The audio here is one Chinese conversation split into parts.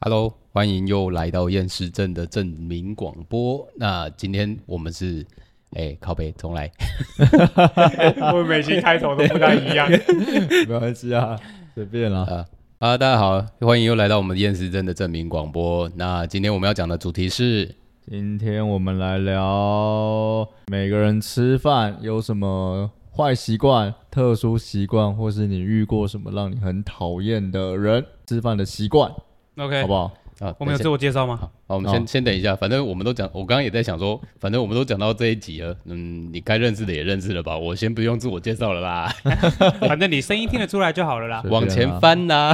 Hello，欢迎又来到厌世症的证明广播。那今天我们是，哎，靠背重来， 我们每期开头都不太一 样。没关系啊，随便啦。啊啊，大家好，欢迎又来到我们厌世症的证明广播。那今天我们要讲的主题是，今天我们来聊每个人吃饭有什么坏习惯、特殊习惯，或是你遇过什么让你很讨厌的人吃饭的习惯， OK，好不好？啊，我们有等一自下我介绍吗？好，好我们先、哦先等一下，反正我们都讲，我刚刚也在想说，反正我们都讲到这一集了，嗯，你该认识的也认识了吧，我先不用自我介绍了啦， 反正你声音听得出来就好了啦。随便啦往前，翻啦。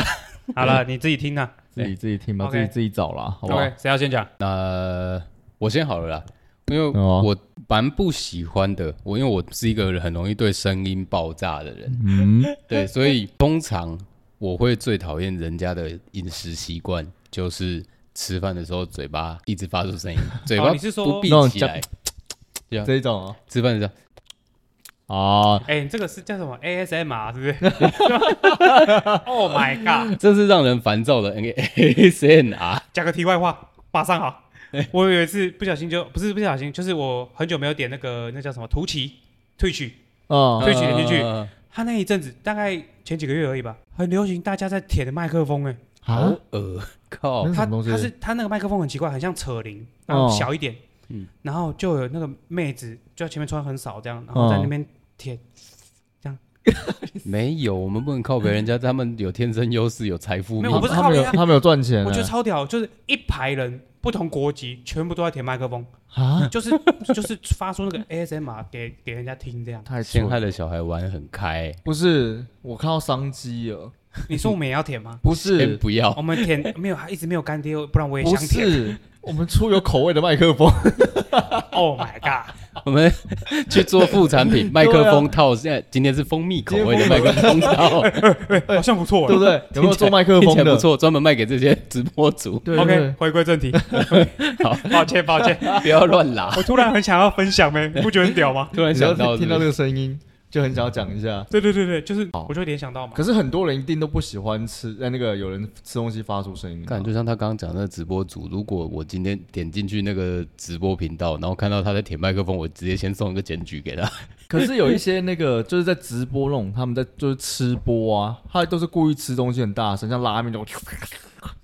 好了，你自己听啦。自己自己听吧，自 OK 己自己找啦，好不好？ OK，谁要先讲？那、我先好了啦，因为哦我蛮不喜欢的，我因为我是一个很容易对声音爆炸的人，嗯， 对，所以通常我会最讨厌人家的饮食习惯，就是吃饭的时候嘴巴一直发出声音，嘴巴哦你是说不闭那种起讲来，这一种吃饭的时候啊，啊哎，你这个是叫什么 ASMR 是不 是？Oh my god！这是让人烦躁的 ASMR 讲个题外话，马上好。哎我有一次不小心就不是不小心，就是我很久没有点那个那叫什么图奇退取，啊对推举进去啊他那一阵子大概前几个月而已吧，很流行大家在舔麦克风哎、好啊，恶 靠那！是他什么东西他是他那个麦克风很奇怪，很像扯铃，然后哦小一点，嗯然后就有那个妹子就在前面穿很少这样，然后在那边贴，没有，我们不能靠别人家，他们有天生优势，有财富密没有我码不是他们有靠人家他们有赚钱欸，我觉得超屌，就是一排人不同国籍全部都在舔麦克 风，啊，就是就是发出那个 ASMR 给给人家听这样。太陷蠢害的小孩玩很开、不是，我看到商机了，？你说我们也要舔吗不先是，不要我们舔没有，还一直没有干爹，哦不然我也不想舔。是，我们出有口味的麦克风， Oh my god！我们 去做副产 品，麦啊克风套。现在今天是蜂蜜口味的麦克风套，哎好像不错对不对？有没有做麦克听风起来的不？错，专门卖给这些直播主，对 OK，回归正 题。好，抱歉抱 歉， 不要乱拉。我突然很想要分享呗，你不觉得很屌吗？突然只要想到听到这是个声音，就很想要讲一下。对对对对，就是好我就联想到嘛。可是很多人一定都不喜欢吃，呃在那个有人吃东西发出声音不是嘛，看，就像他刚刚讲的那直播主，如果我今天点进去那个直播频道，然后看到他在舔麦克风，我直接先送一个检举给他。可是有一些那个就是在直播那种，他们在就是吃播啊，他都是故意吃东西很大声，像拉面那种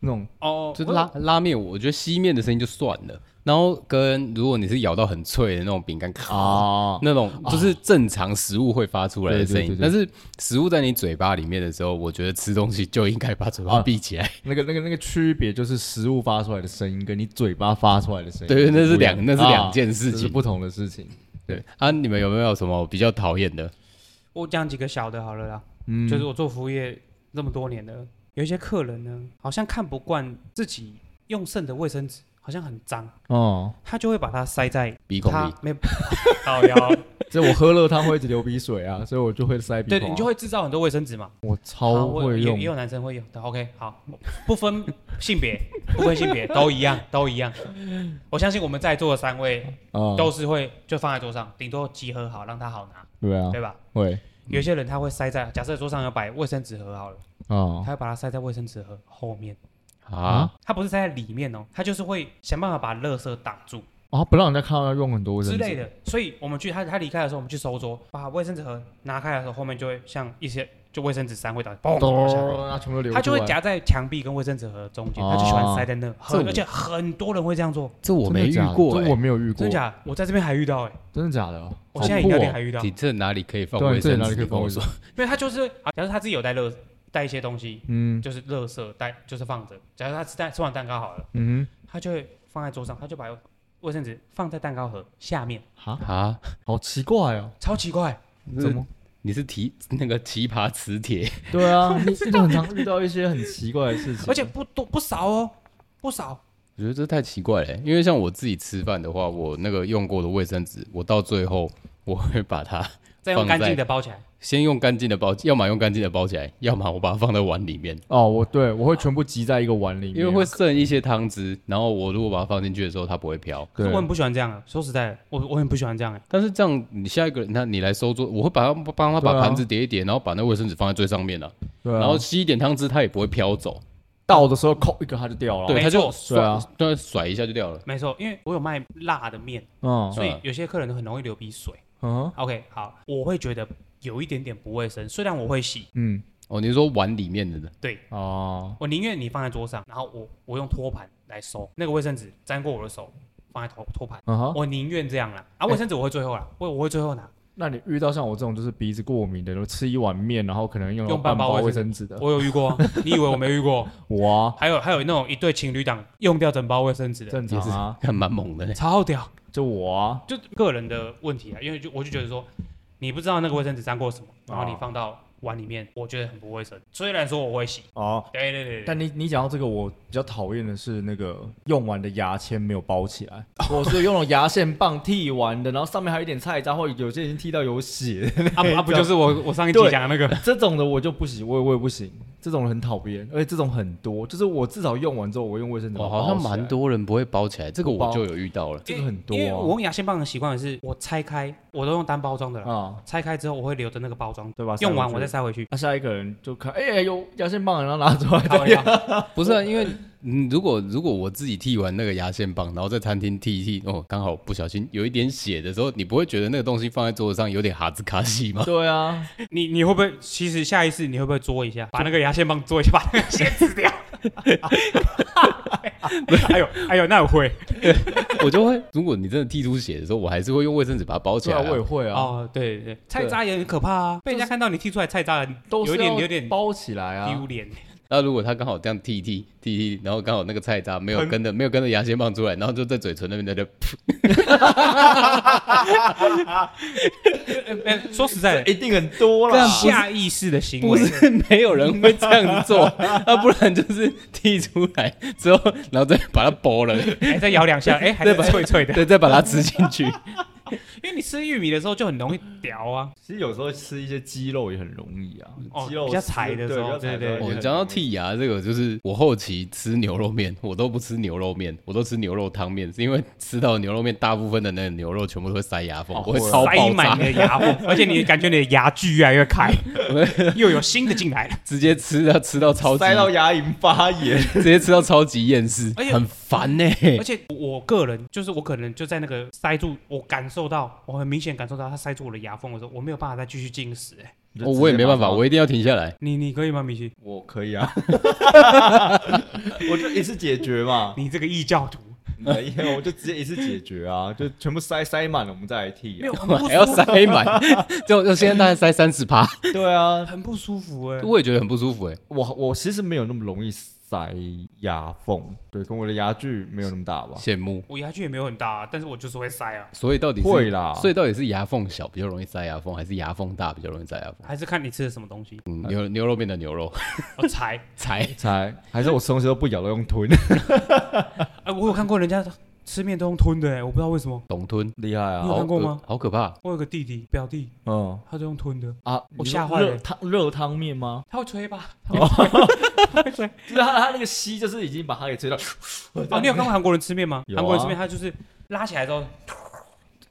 那种。哦，就是拉拉面，我觉得吸面的声音就算了，然后跟如果你是咬到很脆的那种饼干，咔，啊，那种就是正常食物会发出来的声音对对对，对但是食物在你嘴巴里面的时候，我觉得吃东西就应该把嘴巴啊闭起来。那个、那个、那个区别就是食物发出来的声音跟你嘴巴发出来的声音不一对样，那是两那是两件事情啊这是不同的事情。对啊，你们有没有什么比较讨厌的？我讲几个小的好了啦，嗯，就是我做服务业那么多年了，有一些客人呢，好像看不惯自己用剩的卫生纸，好像很脏，哦，他就会把它塞在鼻孔他里没好呀，这我喝热汤会一直流鼻水啊，所以我就会塞鼻 孔对啊。你就会制造很多卫生纸嘛。我好超我会也用也，有男生会有的。OK，好，不分性别，不分性别，都一样，都一样。我相信我们在座的三位啊，都是会就放在桌上，顶多集合好让他好拿，对啊，对吧？会有些人他会塞在，假设桌上有摆卫生纸盒好了，啊他，会把它塞在卫生纸盒后面。啊啊？它不是塞在里面哦，它就是会想办法把垃圾挡住啊，不让人家看到他用很多卫生之纸类的。所以我们去他他离开的时候，我们去收桌，把卫生纸盒拿开的时候，后面就会像一些就卫生纸散会倒，嘣倒下来。咚，那全部都流出它来就会，夹在墙壁跟卫生纸盒中间，哦他就喜欢塞在那，这很我而且很多人会这样做，这我没遇过、哎欸真的假的这我没有遇过，真的假的？我在这边还遇到哎，真的哦假的？我现在饮料店还遇到，哦欸哦你因这哪里可以放对卫这里生哪纸？里可以你跟放我卫生说，为他就是，啊假如他自己有带垃带一些东西，嗯就是垃圾带就是放着，假如他吃蛋吃完蛋糕好了，嗯他就会放在桌上，他就把卫生纸放在蛋糕盒下面，哼，啊，啊？好奇怪哦，超奇怪。怎么？你是提那个奇葩磁铁？ 对啊，你真的很常遇到一些很奇怪的事情，而且不多不少哦，不少。我觉得这太奇怪了、欸因为像我自己吃饭的话，我那个用过的卫生纸，我到最后我会把它再用干净的包起来，先用干净的包，要么用干净的包起来，要么我把它放在碗里面，哦，我对我会全部集在一个碗里面，啊因为会剩一些汤汁，然后我如果把它放进去的时候，它不会飘。可对是我很不喜欢这样啊。说实在的，我我很不喜欢这样哎。但是这样，你下一个人，那你来收桌，我会把他帮他把对啊盘子叠一叠，然后把那卫生纸放在最上面了、对啊，然后吸一点汤汁，它也不会飘走。倒的时候扣一个它就掉了。对，没他就错甩对啊，对，甩一下就掉了。没错，因为我有卖辣的面，嗯所以有些客人都很容易流鼻水。嗯 OK，好，我会觉得有一点点不卫生，虽然我会洗，嗯哦，你是说碗里面的 呢？对哦，我宁愿你放在桌上，然后我我用托盘来收那个卫生纸沾过我的手，放在托托盘，嗯哼。我宁愿这样啦。啊，卫生纸我会最后啦，我我会最后拿，那你遇到像我这种就是鼻子过敏的，然后吃一碗面，然后可能用了用半半包包卫卫生纸的，我有遇 过啊，你以为我没遇过？我啊还有还有那种一对情侣档用掉整包卫生纸的，正常啊，看蛮猛 的呢。超屌，就我啊，就个人的问题啊，因为就我就觉得说，你不知道那个卫生纸沾过什么，然后你哦放到碗里面，我觉得很不卫生。虽然说我会洗，哦，对对对对，但你你讲到这个，我比较讨厌的是那个用完的牙签没有包起 来，我是用了牙线棒剃完的，然后上面还有一点菜渣，或者有些已经剃到有血， 啊不啊不就是我我上一集哎对讲的那个，这种的我就不行，我也我也不行，这种很讨厌，而且这种很多，就是我至少用完之后，我用卫生纸哦，把它好像包起来蛮，多人不会包起来，这个不包我就有遇到了。这个很多因为我啊用牙线棒的习惯是，我拆开我都用单包装的啦，啊，拆开之后我会留着那个包装，对吧？用完我再再，塞回 去。那下一个人就看，哎、有牙线棒，然后拿出来， 靠腰不是啊，因为嗯，如果如果我自己剃完那个牙线棒，然后在餐厅剃一剃，哦，刚好不小心有一点血的时候，你不会觉得那个东西放在桌子上有点哈兹卡西吗？对啊， 你你会不会？其实下一次你会不会嘬一下，把那个牙线棒嘬一下，把那个线吃掉？哎呦哎呦，那我会 我就会，如果你真的剃出血的时候，我还是会用卫生纸把它包起对来、啊，我也会啊，哦，对对对，菜渣也很可怕啊，被人家看到你剔出来菜渣，都有是点要有点包起来啊，丢脸。那如果他刚好这样剃一剃剃一剃，然后刚好那个菜渣没有跟着没有跟着牙线棒出来，然后就在嘴唇那边在那哎哎，说实在的，一定很多啦干。不是下意识的行不为，是没有人会这样做， 啊，不然就是剃出来之后，然后再把它剥 了，哎，再摇两下，哎，还对是吧脆脆的，对，再把它吃进 去。因为你吃玉米的时候就很容易掉啊。其实有时候吃一些鸡肉也很容易啊，哦鸡肉比较吃柴的时候对对对我哦讲到，剔牙这个，就是我后期吃牛肉面，我都不吃牛肉面，我都吃牛肉汤面，是因为吃到牛肉面大部分的那个牛肉全部都会塞牙缝，哦我会会啊超塞爆满炸你，的牙缝，而且你感觉你的牙距越来越开，又有新的进来了。直接吃到吃到超级，塞到牙龈发炎。 直接吃到超级厌世而，且很 烦呢、而且我个人就是我可能就在那个塞住，我感受到，我很明显感受到它塞住我的牙缝的时候，我没有办法再继续进食、哎， 哦我也没办法，我一定要停下来。你你可以吗，米奇？我可 以啊，我就一次解决嘛，你这个异教徒没有，我就直接一次解决啊，就全部塞塞满了，我们再来剃没啊。有很 不还要舒服，塞满， 就就现在大概塞三十趴，对啊，很不舒服 哎、我也觉得很不舒服哎、我我其实没有那么容易塞牙缝，对，跟我的牙距没有那么大吧。羡慕。我牙距也没有很大、啊，但是我就是会塞啊，所以到底是会啦所以到底是牙缝小比较容易塞牙缝，还是牙缝大比较容易塞牙缝？还是看你吃的什么东西。哦嗯，牛牛肉面的牛肉我才，才才还是我吃东西都不咬都用吞， 哎、我有看过人家吃面都用吞的、哎，我不知道为什么。懂吞，厉害你有啊！看过吗好可好可怕！我有个弟弟表弟，嗯他就用吞的，啊，我你说吓坏了热汤热汤面吗？他会吹吧？ 就是他他那个吸，就是已经把它给吹到。哦，你有看过韩国人吃面吗？有啊韩国人吃面，他就是拉起来之后，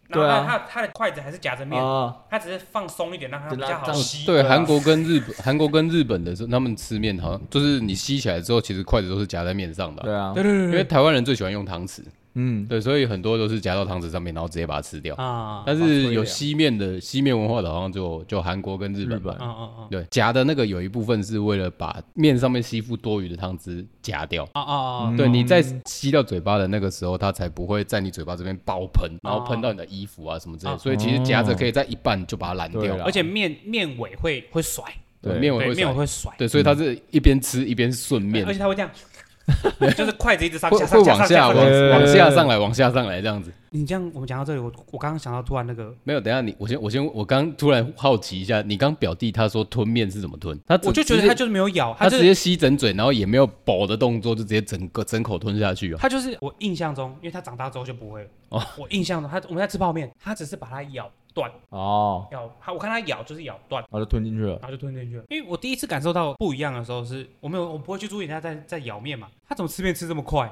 然对后啊他他他的筷子还是夹着面，啊，他只是放松一点，让它就比拉较好这样吸。对，对啊韩国跟日本，韩国跟日本的时候，他们吃面好像就是你吸起来之后，其实筷子都是夹在面上的啊、对啊，对对因为台湾人最喜欢用汤匙，嗯，对，所以很多都是夹到汤匙上面，然后直接把它吃掉。啊，但啊所是以有啊西面的西面文化的，好像就就韩国跟日日本吧。本嗯嗯嗯，对，夹的那个有一部分是为了把面上面吸附多余的汤汁夹掉。啊啊嗯对，你在吸到嘴巴的那个时候，它才不会在你嘴巴这边爆喷，然后喷到你的衣服啊什么之类的。哦所以其实夹着可以在一半就把它拦掉对了啦。而且面面尾会会甩，对，对啊面尾对，会面尾甩，会甩，对，所以它是一边吃一边顺面而，且他会这样，就是筷子一直上会下会上下往上下下往上下。对往对下对上来，往下上来这样子。你这样，我们讲到这里，我我刚刚想到突然那个，没有，等一下你，我先我先我刚突然好奇一下，你刚表弟他说吞面是怎么吞？他只我就觉得直接他就是没有咬，他就直是接吸整嘴，然后也没有饱的动作，就直接整个整口吞下去啊。他就是我印象中，因为他长大之后就不会了。哦我印象中他我们在吃泡面，他只是把它咬断，哦，咬他我看他咬就是咬断。然后就吞进去了。然后就吞进去了。因为我第一次感受到不一样的时候是，我没有，我不会去注意人家在在咬面嘛，他怎么吃面吃这么快？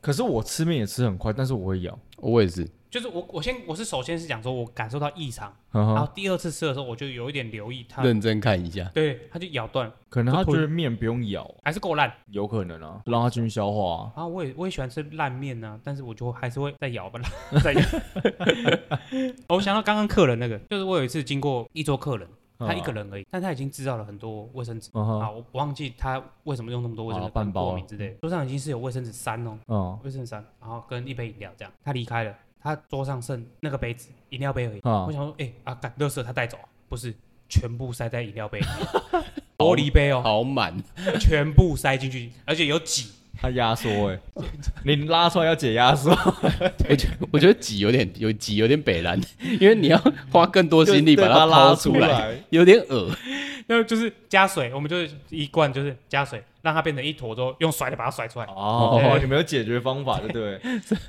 可是我吃面也吃很快，但是我会咬，我也是，就是我我先我是首先是讲说我感受到异常，嗯然哼后第二次吃的时候我就有一点留意它，认真看一下。对，它就咬断，可能他就觉吐得面不用咬，还是够烂。有可能啊，让他进去消化啊、啊，我也我也喜欢吃烂面呢、但是我就还是会再咬吧， 再咬。 我想到刚刚客人那个，就是我有一次经过一桌客人，他一个人而已，但他已经制造了很多卫生纸。嗯啊，哼，我忘记他为什么用那么多卫生啊纸，半包过啊敏之类的。桌上已经是有卫生纸三哦，嗯卫生纸三，然后跟一杯饮料这样。他离开了，他桌上剩那个杯子，饮料杯而已。啊我想说，哎、啊，干，垃圾他带走啊，不是，全部塞在饮料杯里面，玻璃杯哦，好满，全部塞进去，而且有挤。他压缩 哎，你拉出来要解压缩，我觉得我觉得挤有点有挤有点北蓝， 因为你要花更多心力就是把对它拉掏出出来，，有点恶那就是加水，我们就是一罐就是加水，让它变成一坨之后，用甩的把它甩出来。哦对，你们有解决方法对不对？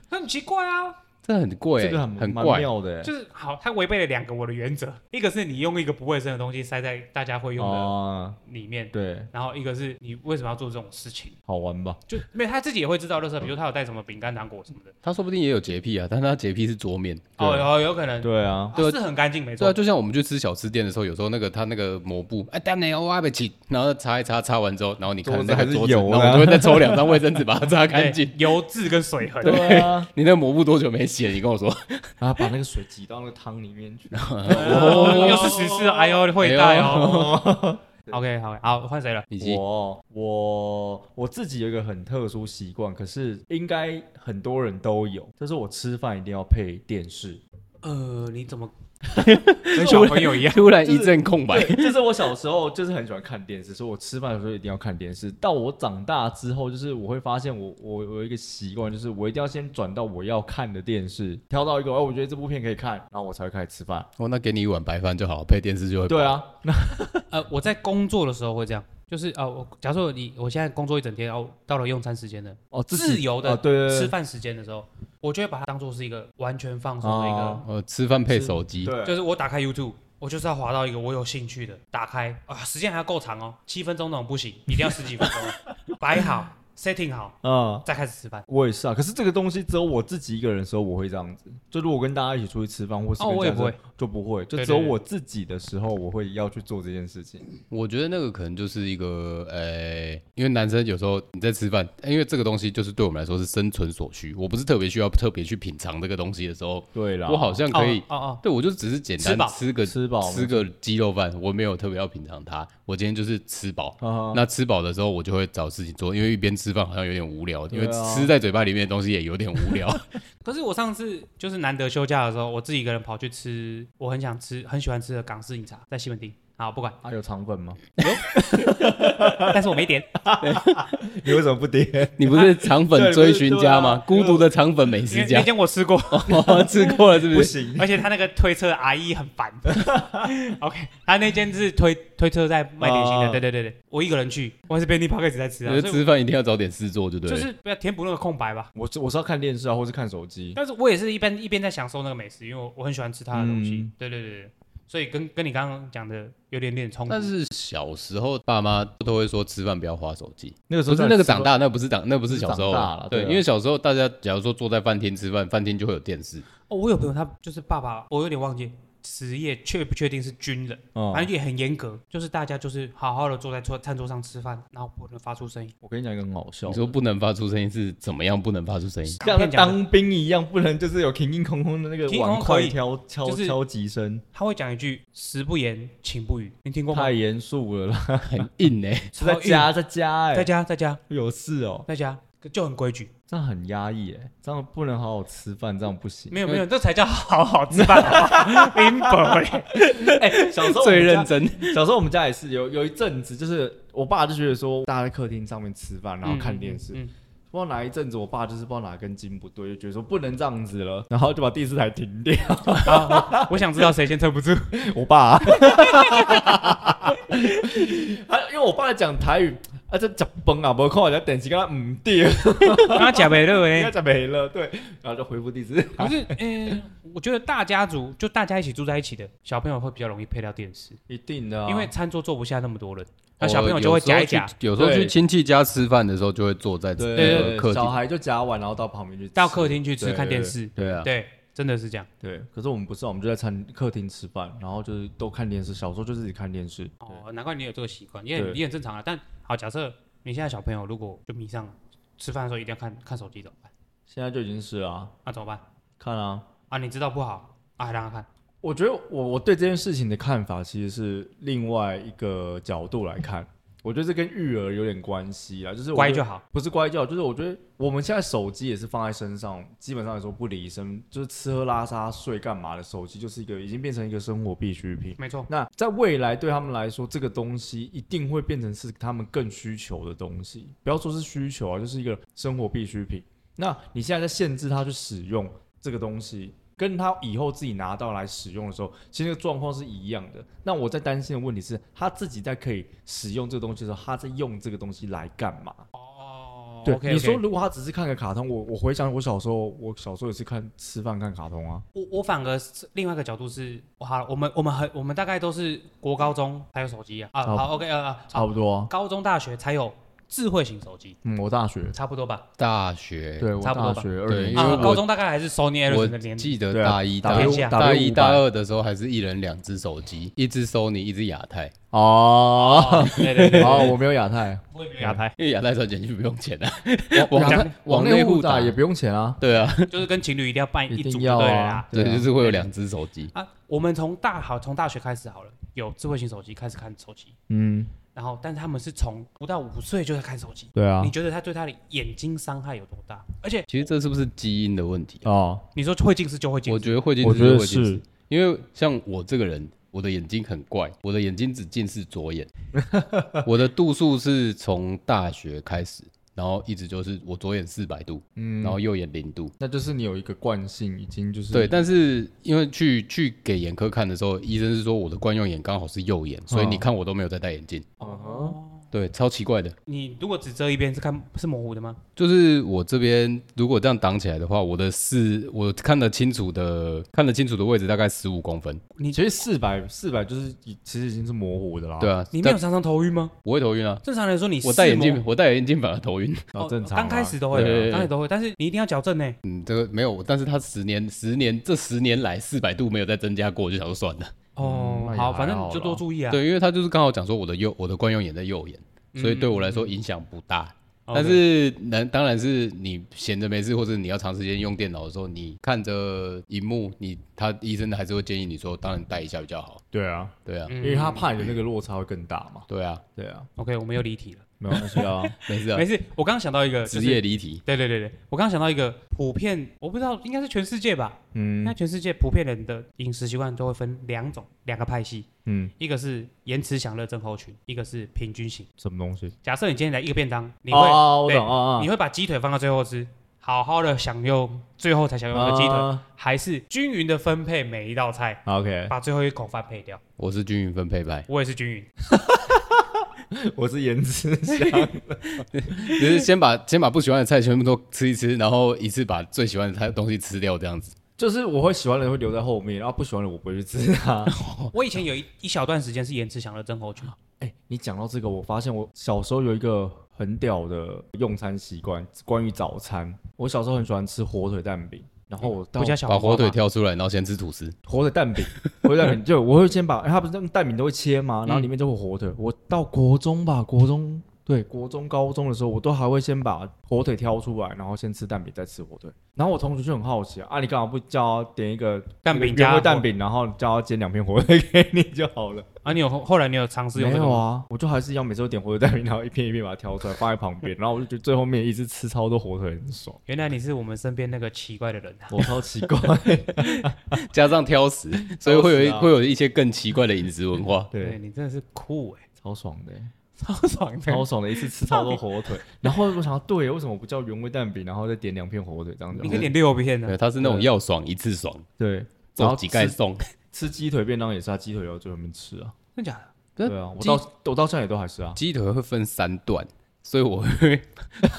那很奇怪啊，这很贵、这个很很蛮怪。妙的欸，就是好，它违背了两个我的原则，一个是你用一个不卫生的东西塞在大家会用的哦，里面，对，然后一个是你为什么要做这种事情？好玩吧？就没有他自己也会知道垃圾，比如他有带什么饼干、糖果什么的。他说不定也有洁癖啊，但他洁癖是桌面。哦，有有可能，对啊，对啊是很干净，没对啊，错。就像我们去吃小吃店的时候，有时候那个他那个抹布，哎，当然我不起，然后擦一擦，擦完之后，然后你看桌子那个还是桌子，油然后的我啊就会再抽两张卫生纸把它擦干对 净。油渍跟水痕，对 啊，你那个抹布多久没洗了？你跟我说， 然后把那个水挤到那个汤里面去，哦又是十四，哎呦会带哦。OK，好，好，换谁了？以及我我我自己有一个很特殊习惯，可是应该很多人都有，就是我吃饭一定要配 电视。呃，你怎么跟小朋友一样？突然一阵空白。 对，就是我小时候就是很喜欢看电视，所以我吃饭的时候一定要看电视。到我长大之后，就是我会发现我我我有一个习惯，就是我一定要先转到我要看的电视，挑到一个哎、我觉得这部片可以看，然后我才会开始吃饭。哦，那给你一碗白饭就好，配电视就会。对，啊，呃，我在工作的时候会这样，就是呃，我假如说你我现在工作一整天，然后到了用餐时间的哦，自己自由的哦对对对吃饭时间的时候，我就会把它当做是一个完全放松的一哦个，呃，吃饭配手机，对，就是我打开 YouTube。我就是要滑到一个我有兴趣的，打开啊，时间还要够长哦，七分钟那种不行，一定要十几分钟，啊摆好 setting 好，嗯。再开始吃饭。我也是啊，可是这个东西只有我自己一个人的时候我会这样子，就如果跟大家一起出去吃饭或是哦跟我也家人不会，就不会，就对只有对对我自己的时候我会要去做这件事情。我觉得那个可能就是一个，呃、因为男生有时候你在吃饭，因为这个东西就是对我们来说是生存所需。我不是特别需要特别去品尝这个东西的时候，对啊啦，我好像可以，哦哦对我就只是简吃单饱吃个吃饱吃个鸡肉饭，我没有特别要品尝它。我今天就是吃饱，啊哈那吃饱的时候我就会找事情做，因为一边吃饭好像有点无聊，因为对啊吃在嘴巴里面的东西也有点无聊。哦，可是我上次就是难得休假的时候，我自己一个人跑去吃，我很想吃，很喜欢吃的港式饮茶，在西门町。好，不管，啊有肠粉吗？但是我没点。 你为什么不 点？你不是肠粉追寻家吗？对孤不是对独啊的肠粉美因食为那家，间我 吃过，哦，吃过了是不 不是？行，而且他那个推车阿姨很烦。OK，他那间是推推车在卖点心的，啊对对对对，我一个人去，我还是便利 p o c k e t 在吃觉啊，得所以吃饭一定要找点事做，就对就了。是不要填补那个空白吧。我是我是要看电视啊，或是看手机。但是我也是一边一边在享受那个美食，因为我我很喜欢吃它的东西嗯，对对对对，所以跟跟你刚刚讲的有点嗯点冲突但。是小时候爸妈都会说吃饭不要划手机，那个时不候是那个长大，那不是长，那不是小时候长大了对对，啊因为小时候大家假如说坐在饭厅吃饭，饭厅就会有电视，哦，我有朋友他就是爸爸，我有点忘记职业确不确定是军人，嗯反正也很严格，就是大家就是好好的坐在桌餐桌上吃饭，然后不能发出声音。我跟你讲一个很好笑你的，说不能发出声音是怎么样？不能发出声音？ 港像他片讲的当兵一样，不能就是有停停空空的那个停空碗可筷以敲敲就是敲击声，他会讲一句“食不言，寝不语”，你听过吗太？严肃了啦。很硬哎、是在家，在家哦在哎，家，在家，有事哦，在家，就很规矩。这样很压抑哎，这样不能好好吃饭，这样不行。没有没有，这才叫好好吃饭，明 白？ 小时候最认真，小时候我们家也是有有一阵子，就是我爸就觉得说，大家在客厅上面吃饭，然后看电视。嗯嗯嗯不知道哪一阵子，我爸就是不知道哪根筋不对，就觉得说不能这样子了，然后就把第四台停掉。好，嗯我想知道谁先撑不住。 我爸、啊，他因为我爸讲台语，啊，这讲崩啊，不看人家电视，跟他唔对，刚刚讲没对应喂该，讲没了，对，然后就回复第四。不是，嗯，我觉得大家族就大家一起住在一起的小朋友会比较容易配到电视，一定的、因为餐桌坐不下那么多哦人，那小朋友就我会有时候夹一夹去。有时候对去亲戚家吃饭的时候，就会坐在这对个客小厅，孩就夹完，然后到旁边去吃到客厅去吃对看电视，对啊，对，真的是这样。对，可是我们不是啊，我们就在餐客厅吃饭，然后就是都看电视，小时候就自己看电视。哦，难怪你有这个习惯，因为对你很正常啊。但好，假设你现在小朋友如果就迷上了吃饭的时候一定要看看手机怎么办？现在就已经是了啊，那、怎么办？看啊。啊，你知道不好啊，还让他看。我觉得我我对这件事情的看法其实是另外一个角度来看，我觉得这跟育儿有点关系啊，就是我乖觉得就好。不是乖教，就是我觉得我们现在手机也是放在身上，基本上来说不离身，就是吃喝拉撒睡干嘛的，手机就是一个已经变成一个生活必需品。没错，那在未来对他们来说，这个东西一定会变成是他们更需求的东西。不要说是需求啊，就是一个生活必需品。那你现在在限制他去使用这个东西，跟他以后自己拿到来使用的时候，其实这个状况是一样的。那我在担心的问题是，他自己在可以使用这个东西的时候，他在用这个东西来干嘛？哦对 o k 你说如果他只是看个卡通，我我回想我小时候，我小时候也是看吃饭看卡通啊。我我反而是另外一个角度是，哇，我们我们很我们大概都是国高中才有手机啊，啊，差不好，OK，呃，差不多、啊。高中大学才有智慧型手机，嗯，我大学，差不多吧？大学，对我差不多大吧学二对年因为啊，我高中大概还是 Sony Ericsson 我的年纪，记得对啊大一、打大偏一、向大一、打大二的时候，还是一人两只手机，一只 Sony，一只亚太，哦，哦对对 对， 哦，我没有亚太，我也没有亚太，因为亚太传简讯不用钱啊。网网内网内内互打打也不用钱啊，对啊， 就是跟情侣一定要办一组就定对要了啊啦。，对，啊就是会有两只手机。啊，我们从大好从大学开始好了，有智慧型手机开始看手机，嗯，然后但是他们是从不到五岁就在看手机，对啊你，觉得他对他的眼睛伤害有多大？而且其实这是不是基因的问题啊？哦，你说会近视就会近我视，觉得会近视，我觉得会近视是，因为像我这个人，我的眼睛很怪，我的眼睛只近视左 眼，我的度数是从大学开始，然后一直就是我左眼四百度，嗯然，后右眼零度。那就是你有一个惯性，已经就是对，但是因为去去给眼科看的时候，医生是说我的惯用眼刚好是右眼，所以嗯你看我都没有在戴眼镜，哦，对，超奇怪的。你如果只遮一边是看是模糊的吗？就是我这边如果这样挡起来的话，我的视我看得清楚的看得清楚的位置大概十五公分，你其实四百四百就是已其实已经是模糊的啦，对啊，你没但有常常头晕吗？不会头晕啊，正常来说你我戴视眼镜哦模，我戴眼镜反而头晕。啊，正常啊，哦刚开始都会，对对对刚开始都会，但是你一定要矫正呢。嗯，这个没有，但是他十年、十年这十年来四百度没有再增加过，我就想说算了。哦嗯那，也好，还反正好你就啦多注意啊。对，因为他就是刚好讲说我的右我的惯用眼在右眼，所以对我来说影响不大。哦但是能当然是你闲着没事，或者你要长时间用电脑的时候，你看着荧幕，你他医生还是会建议你说，当然戴一下比较好。对啊，对啊，嗯因为他怕你的那个落差会更大嘛，对啊，对啊， OK，我们又离题了，没有关系 啊，没事啊没，事。我刚刚想到一个职就业是。离题。对对对对，我刚刚想到一个普遍，我不知道应该是全世界吧，应该嗯全世界普遍人的饮食习惯都会分两种两个派系，嗯，一个是延迟享乐症候群，一个是平均型。什么东西？假设你今天来一个便当，你会、哦哦，我对懂啊你会把鸡腿放到最后吃，好好的享用最后才享用啊，的鸡腿，啊还是均匀的分配每一道菜， ，OK，把最后一口饭配掉？我是均匀分配派，我也是均匀，我是颜值 相，就是先把先把不喜欢的菜全部都吃一吃，然后一次把最喜欢的菜东西吃掉，这样子。就是我会喜欢的人会留在后面，然后不喜欢的我不会去吃啊。我以前有一一小段时间是延迟享乐症候群，哎、你讲到这个，我发现我小时候有一个很屌的用餐习惯，关于早餐。我小时候很喜欢吃火腿蛋饼，然后我到嗯不加小把黄瓜火腿嘛挑出来，然后先吃吐司。火腿 蛋饼，火腿蛋饼就我会先把，哎它不是那个蛋饼都会切嗯吗？然后里面就会有火腿。我到国中吧，国中对国中高中的时候，我都还会先把火腿挑出来，然后先吃蛋饼，再吃火腿。然后我同学就很好奇啊，啊你干嘛不叫他点一个蛋饼原加味蛋火饼，然后叫他煎两片火腿给你就好了？啊，你有后后来你有尝试用没这个有吗？啊，我就还是一样，每次都点火腿蛋饼，然后一片一片把它挑出来放在旁 边，然后我就觉得最后面一直吃超多火腿很爽，原来你是我们身边那个奇怪的人啊！我超奇怪。加上挑食，所以会有一挑食啊会有一些更奇怪的饮食文 化。 对，你真的是酷 哎、超爽的欸，超爽的。超爽的，一次吃超多火腿。然后我想到，对，为什么不叫原味蛋饼，然后再点两片火腿这样子你？可以点六片啊对，呢，它是那种要爽一次爽，对，然然后后几盖吃送。吃鸡腿便当也是啊，鸡腿也要最后面吃啊。真假的？那对啊，我鸡到我到现在也都还是啊。鸡腿会分三段，所以我会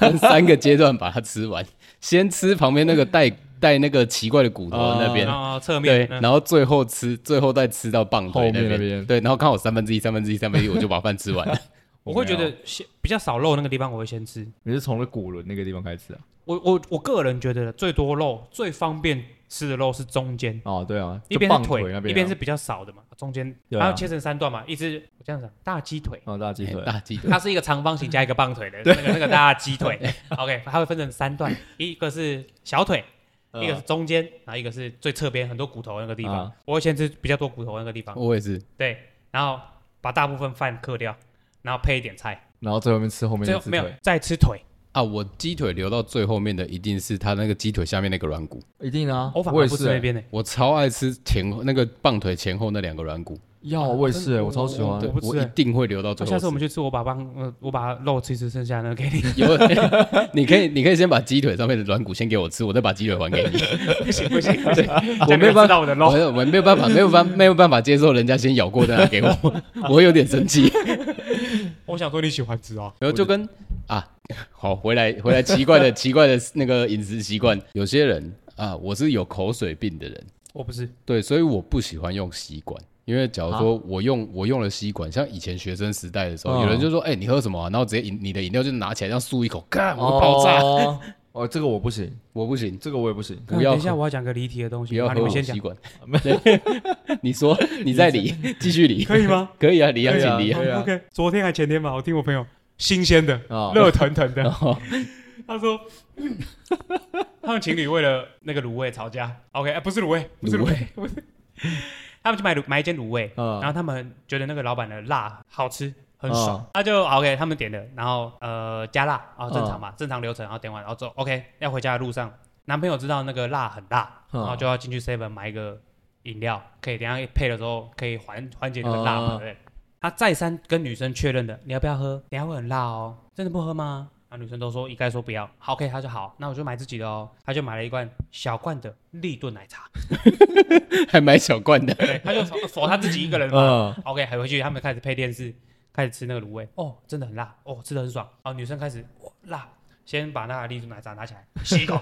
分三个阶段把它吃完，先吃旁边那个带带那个奇怪的骨头的那边。啊，侧对面，嗯然后最后吃，最后再吃到棒腿后面那边，边对，然后刚好三分之一、三分之一、三分之 一，我就把饭吃完了。我会觉没有，得先比较少肉那个地方，我会先吃。你是从那骨轮那个地方开始啊？我我我个人觉得最多肉最方便吃的肉是中间，哦，对啊，一就边棒是腿那一边边啊是比较少的嘛，中间对啊然后切成三段嘛，一只我这样讲大鸡腿，哦大鸡哎腿，大鸡腿，它是一个长方形加一个棒腿的那个那个大鸡 腿，OK，它会分成三段，一个是小腿，一个是中间，然后一个是最侧边很多骨头那个地方嗯啊，我会先吃比较多骨头那个地方，我也是，对，然后把大部分饭嗑掉，然后配一点菜，然后最后面吃后面最那后只没有腿，再吃腿，啊，我鸡腿留到最后面的一定是它那个鸡腿下面那个软骨，一定啊，我反也而不是吃那欸，边的，我超爱吃前后那个棒腿前后那两个软骨，要啊我也是欸，真我超喜欢哦我对不吃我一定会留到那最后吃。下次我们去吃，我把帮呃我把肉吃一吃，剩下那个给你。有， 你可以，你可以先把鸡腿上面的软骨先给我吃，我再把鸡腿还给你。不行不行，不行，我没有办法到我的我 low。我没有办法，没有办没有办法接受人家先咬过再拿给我， 我有点生气。我想说你喜欢吃啊，然后就跟啊， 好回来回来奇 怪的奇怪的那个饮食习惯，有些人啊，我是有口水病的人，我不是，对，所以我不喜欢用吸管。因为假如说我用、我用了吸管，像以前学生时代的时候，嗯有人就说：“哎、你喝什么、啊？”然后直接饮你的饮料就拿起来这样漱一口，干，我会爆炸！哦，哦，这个我不行，我不 行，这个我也不行，不要等一下我要讲个离题的东不西，要好，你喝我们先讲吸，管。对， 你说你再理，继续理，可以吗？可以啊，理啊，可以啊请理啊。对啊 OK，昨天还前天吧，我听我朋友新鲜的、啊，热腾腾的然，后 他说 他们情侣为了那个卤味吵架。OK，哎不是卤味，不是卤味，哦不是。 他们去买卤买一间卤味，嗯然后他们觉得那个老板的辣好吃。很爽嗯，那、就 OK，他们点的，然后呃加辣啊、正常嘛，正常流程，然后点完，然后走 OK，要回家的路上，男朋友知道那个辣很辣，嗯然后就要进去 Seven 买一个饮料，可以等一下配的时候可以缓缓解那个辣嘛，对嗯不对？他再三跟女生确认的，你要不要喝？等一下会很辣哦，真的不喝吗？然后女生都说一概说不要，好，OK，他就好，那我就买自己的哦，他就买了一罐小罐的立顿奶茶，还买小罐的， 对，他就 否他自己一个人嘛、嗯， o k 还回去他们开始配电视，开始吃那个卤味，哦，真的很辣，哦，吃的很爽，然后女生开始哇辣，先把那个立顿奶茶拿起来吸一 口，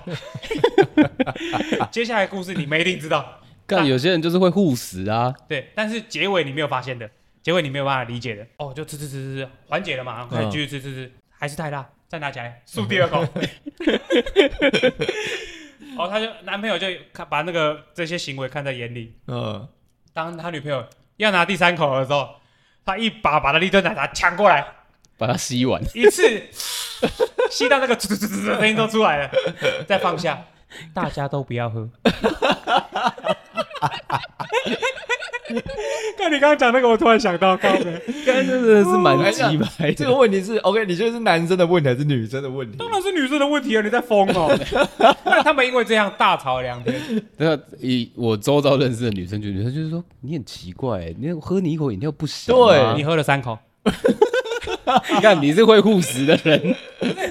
接下来故事你们一定知道， 干有些人就是会护食啊，对，但是结尾你没有发现的，结尾你没有办法理解的，嗯哦，就吃吃吃吃吃，缓解了嘛，然后开始继续吃吃吃，还是太辣，再拿起来漱 第二口。哦，他就男朋友就看把那个这些行为看在眼里，嗯，当他女朋友要拿第三口的时候，他一把把那立顿奶茶抢过来，把它吸完。一次吸到那个滋滋滋滋的声音都出来了，再放下，大家都不要喝。看你刚刚讲那个，我突然想到，靠北干这真的是蛮鸡掰哎这个的。问题是 OK，你觉得是男生的问题还是女生的问题？当然是女生的问题啊！你在疯哦！ 他们因为这样大吵了两天，那以我周遭认识的女生，就女生就是说你很奇怪、你喝你一口饮料不行吗、对啊你喝了三口，你看你是会护食的人，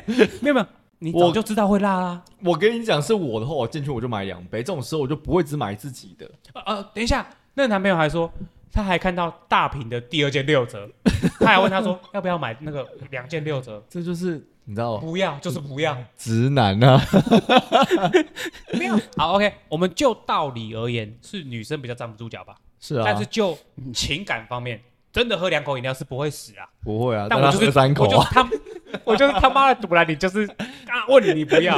没有没有，你我早就知道会辣啦。我跟你讲，是我的话，我进去我就买两杯，这种时候我就不会只买自己的。呃呃，等一下，那个男朋友还说，他还看到大瓶的第二件六折，他还问他说要不要买那个两件六折，这就是你知道不要就是不要，直男啊，没有。好，OK，我们就道理而言，是女生比较站不住脚吧，是啊，但是就情感方面，真的喝两口饮料是不会死啊。不会啊，但他我就是喝三口我就啊，是他，我就是他妈的堵来你就是啊，问你你不要，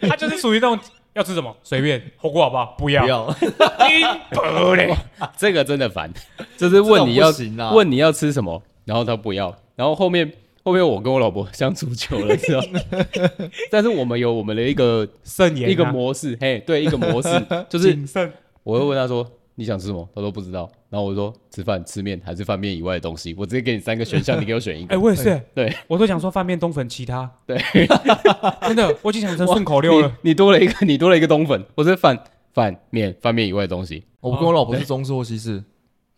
他就是属于那种要吃什么随便，火锅好不好？不要不，要，硬核嘞。这个真的烦。就是问你要这种不行啊问你要吃什么，然后他不要，然后后面后面我跟我老婆相处久了之后， 但是我们有我们的一个慎言啊一个模式，嘿，对，一个 模式就是谨慎，我会问他说你想吃什么，他说不知道，然后我说吃饭、吃面还是饭面以外的东西，我直接给你三个选 项，你给我选一哎，个。我也是，对，我都想说饭面冬粉其他，对， 真的，我已经想成顺口溜了。你，你多了一个，你 多了一个冬粉，我是饭饭面饭面以外的东西。 我跟我老婆是中式或西式，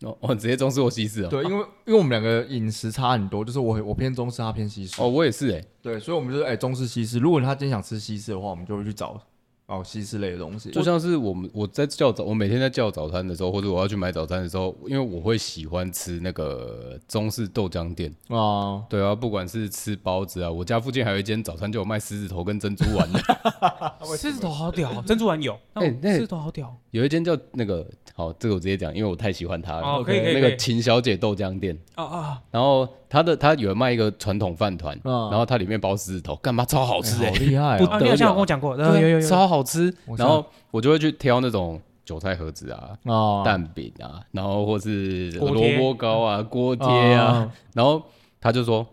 哦，哦直接中式或西式哦。对，因为因为我们两个饮食差很多，就是我我偏中式，她偏西式，哦，我也是哎、对，所以我们就是哎中式西式。如果她今天想吃西式的话，我们就会去找哦西式类的东西。就像是我们我在叫早，我每天在叫早餐的时候，或者我要去买早餐的时候，因为我会喜欢吃那个中式豆浆店。啊，对啊，不管是吃包子啊，我家附近还有一间早餐就有卖狮子头跟珍珠丸 的，啊狮子头好屌，珍珠丸有，但哎我那狮子头好屌。有一间叫那个好，这个我直接讲，因为我太喜欢它了。哦， OK，可以可以啊那可个以，秦小姐豆浆店，啊啊，然后它的它有卖一个传统饭团，嗯然后它里面包狮子头，干嘛超好吃哎哎、好厉害 不哦！啊，你好像有跟我讲过，呃有有有，超好吃我，知然道后我就会去挑那种韭菜盒子啊、哦，蛋饼啊，然后或是锅萝贴嗯卜糕啊、锅贴啊，然后他就说，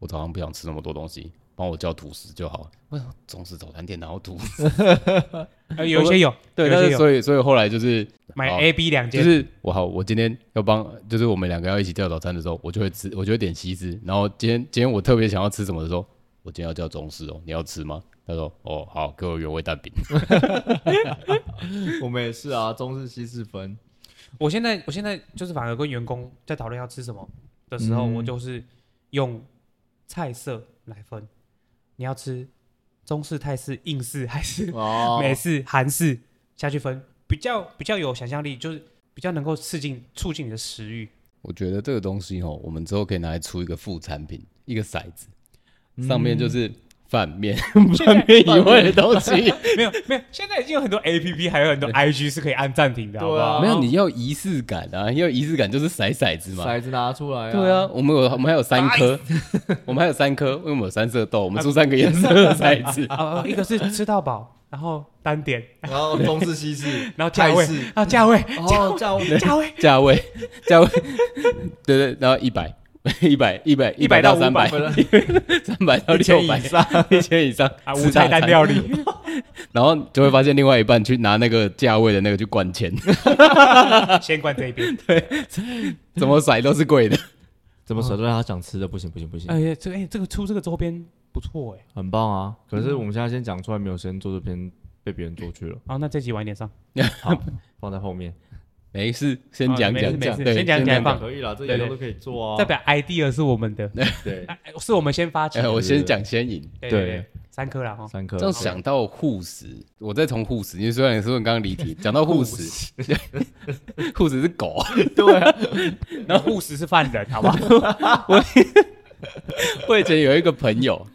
我早上不想吃那么多东西，帮我叫吐司就好了。我想中式早餐店然后吐司，呃有一些有，对，有但一些是有所以所以后来就是买哦好 A、B 两就间，是我好，我今天要帮，就是我们两个要一起叫早餐的时候，我就会吃，我就会点西式。然后今天今天我特别想要吃什么的时候，我今天要叫中式哦，你要吃吗？他说哦好，给我原味蛋饼。 我们也是啊，中式西 式分，我现在我现在就是反而跟员工在讨论要吃什么的时候，嗯我就是用菜色来分，你要吃中式、泰式、印式还是哦，美式、韩式下去分，比较比较有想象力，就是比较能够刺激促进你的食欲。我觉得这个东西哦，我们之后可以拿来出一个副产品，一个骰子，上面就是饭面，现饭在面以外的东西。没有没有，现在已经有很多 A P P，还有很多 I G 是可以按暂停的，好不对啊好？没有，你要仪式感啊，要仪式感就是骰骰子嘛。骰子拿出来，对啊，，我们有我们还有三颗， 我们还有三颗，因为我们有三色豆，我们出三个颜色的骰子。啊，一个是吃到饱，然后单点，然后中式 西式，然后价位泰式，啊价位，哦，这样价位价位，价位， 对对，然后一百，一百，一百， 100到到三 百，三百到一千六以百， 一千以上啊吃五菜大单餐料理，然后就会发现另外一半去拿那个价位的那个去灌钱，先灌这一边。怎么甩都是贵的。怎么舍得他想吃的？不行不行不行，哎呀，这哎这个出这个周边不错哎。很棒啊！可是我们现在先讲出来，没有时间做这篇，被别人做去 了，好，那这集晚一点上，放在后 面。 没事，先啊讲没事讲没讲，事对，先讲讲吧可以啦，这对以对后都可以做啊。代表 idea 是我们的，对哎是我们先发起 哎，的。我先讲先赢。对对对，三颗了 哈。三颗这样想到护食，我再从护食，因为虽然说你刚刚离题，讲到护食，护食是狗，对啊，然后护食是犯人，好不好？我以前有一个朋友，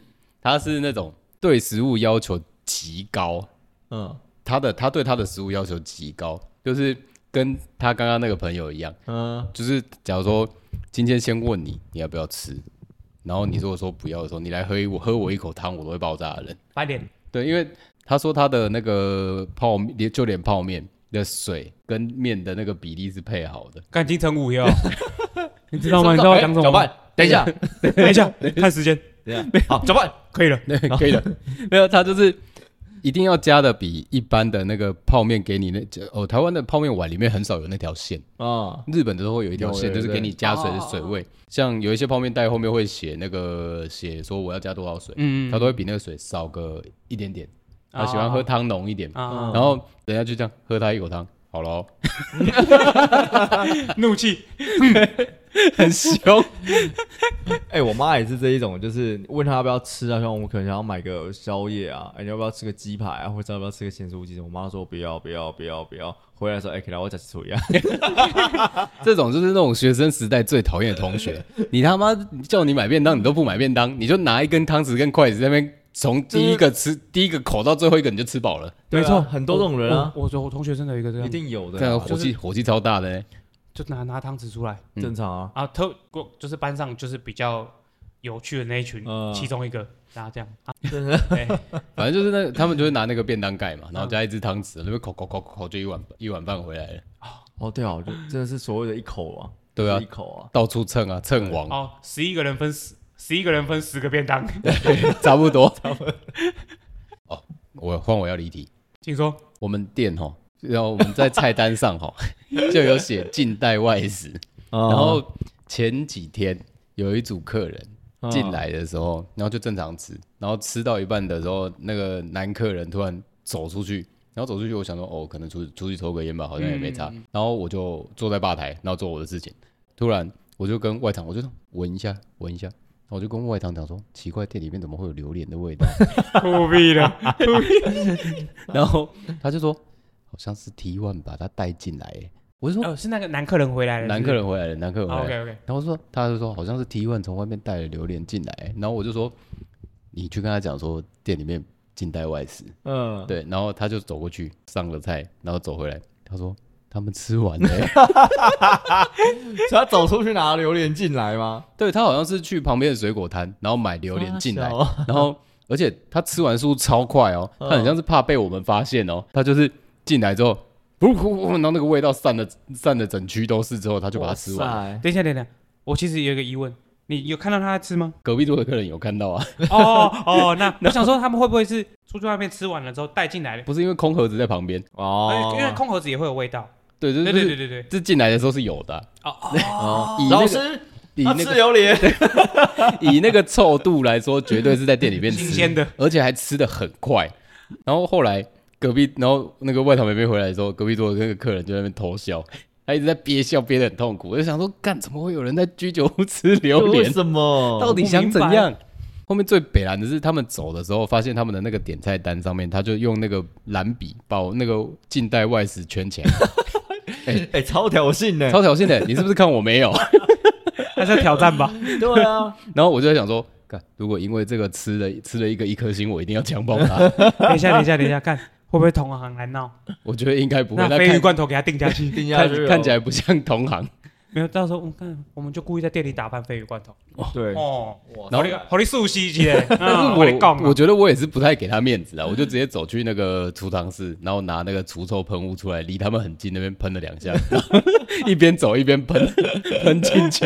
他是那种对食物要求极高，嗯他的他对他的食物要求极高，就是跟他刚刚那个朋友一样，嗯，就是假如说今天先问你你要不要吃，然后你如果说不要的时候，你来喝一我喝我一口汤，我都会爆炸的人。翻脸对，因为他说他的那个泡面，连就连泡面的水跟面的那个比例是配好的。干金城武哟，哦你知道吗？你知道我讲什么搅吗？拌，等 一下，等一下，看时间，等一下，好，搅拌，可以了。对， 可以的。没有，他就是一定要加的比一般的那个泡面给你那哦，台湾的泡面碗里面很少有那条线，啊，日本的都会有一条线，有就是给对你加水的水位。像有一些泡面袋后面会写那个写说我要加多少水，嗯他都会比那个水少个一点点。他喜欢喝汤浓一点，啊，然后等下就这样喝他一口汤，好咯，怒气很凶。哎，我妈也是这一种，就是问她要不要吃啊，像我们可能想要买个宵夜啊，哎，你要不要吃个鸡排啊，或者要不要吃个咸酥鸡？我妈说不要不要不要不要，回来的时候哎，给她我讲吃一样， 这种就是那种学生时代最讨厌的同 学。你他妈叫你买便当，你都不买便当，你就拿一根汤匙跟筷子在那边从第一个吃第一个口到最后一个，你就吃饱了。对啊没错很多这种人啊，我我我同学真的有一个这一样，定有这的样啊，火气火气超大的欸。就拿拿汤匙出来嗯正常啊，啊，特过就是班上就是比较有趣的那一群嗯，其中一个，然后这样啊，反正就是那他们就会拿那个便当盖嘛，然后加一只汤匙，那边口口口口口就一碗一碗饭回来了，哦对啊，就真的是所谓的一口啊，对啊就是一口啊，到处蹭啊蹭王，哦，十一个人分十十一个人分十个便当， 差不多。哦，我换我要离题。请说。我们店哈，然后我们在菜单上哈 就有写近代外食，然然后前几天有一组客人哦进来的时候，然后就正常吃，然后吃到一半的时候，那个男客人突然走出去，然后走出去，我想说哦，可能出出去抽个烟吧，好像也没差。然后我就坐在吧台，然后做我的事情。突然我就跟外场，我就说闻一下，闻一下。然后我就跟外场讲说，奇怪，店里面怎么会有榴莲的味道？酷毙了！然后他就说，好像是 T one 把他带进来耶。我就说， 哦，是那个男客人回来了，男客人回来了，男客人回来了。 OK OK，然后说，他就说好像是 T one 从外面带了榴莲进来，然后我就说，你去跟他讲说店里面近代外食，嗯，对，然后他就走过去上了菜，然后走回来，他说他们吃完 了欸、是他走出去拿榴莲进来吗？啊对他好像是去旁边的水果摊，然后买榴莲进来，然后而且他吃完速度超快哦，嗯他很像是怕被我们发现哦，他就是进来之后，噗噗噗然后那个味道散的散的整区都是之后，他就把它吃完。完。等一下，等一下，我其实有一个疑问，你有看到他在吃吗？隔壁桌的客人有看到啊，哦哦，那我想说他们会不会是出去外面吃完了之后带进来的？不是因为空盒子在旁边，哦，因为空盒子也会有味道。对，就对是对对对对，这进来的时候是有的啊、哦以那个老师，以他那吃个榴莲， 以那个臭度来说，绝对是在店里面吃新鲜的，而且还吃的很快。然后后来隔壁，然后那个外场妹妹回来的时候，隔壁桌的那个客人就在那边偷笑，他一直在憋笑，憋得很痛苦。我就想说，干怎么会有人在居酒屋吃榴 为莲？什么？ 到底想怎样？后面最北蓝的是，他们走的时候发现他们的那个点菜单上面，他就用那个蓝笔把我那个近代外食圈起来，哎，超挑衅呢。超挑衅的。你是不是看我没有？那是挑战吧？对啊，然后我就在想说，干如果因为这个吃了吃了一个一颗星，我一定要强暴他。 等一下，等一下，等一下，看会不会同行来闹？我觉得应该不会。那他鲱鱼看罐头给他定下 去。定下去 看哦看起来不像同行，没有，到时候我们看，我们就故意在店里打翻鲱鱼罐头。对，哦，然然后后好你素吸一下，但是嗯我跟你我讲我啊，觉得我也是不太给他面子啊，我就直接走去那个储藏室，然后拿那个除臭喷雾出来，离他们很近，那边喷了两下， 然后一边走一边喷， 喷进 去。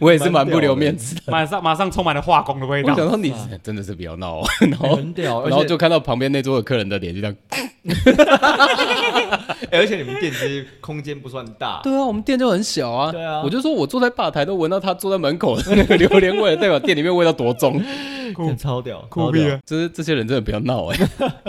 我也是蛮不留面子的，马上马上充满了化工的味我道想。说你真的是不要闹哦， 然哎 后很屌，然后而就且看到旁边那桌的客人的脸就这样。哎而且你们店其实空间不算大，对啊，我们店就很小啊。对啊我就说我坐在吧台都闻到他坐在门口的那个榴莲味，代表店里面味道多重。真的超屌，酷超毙屌，了！就是这些人真的不要闹哎、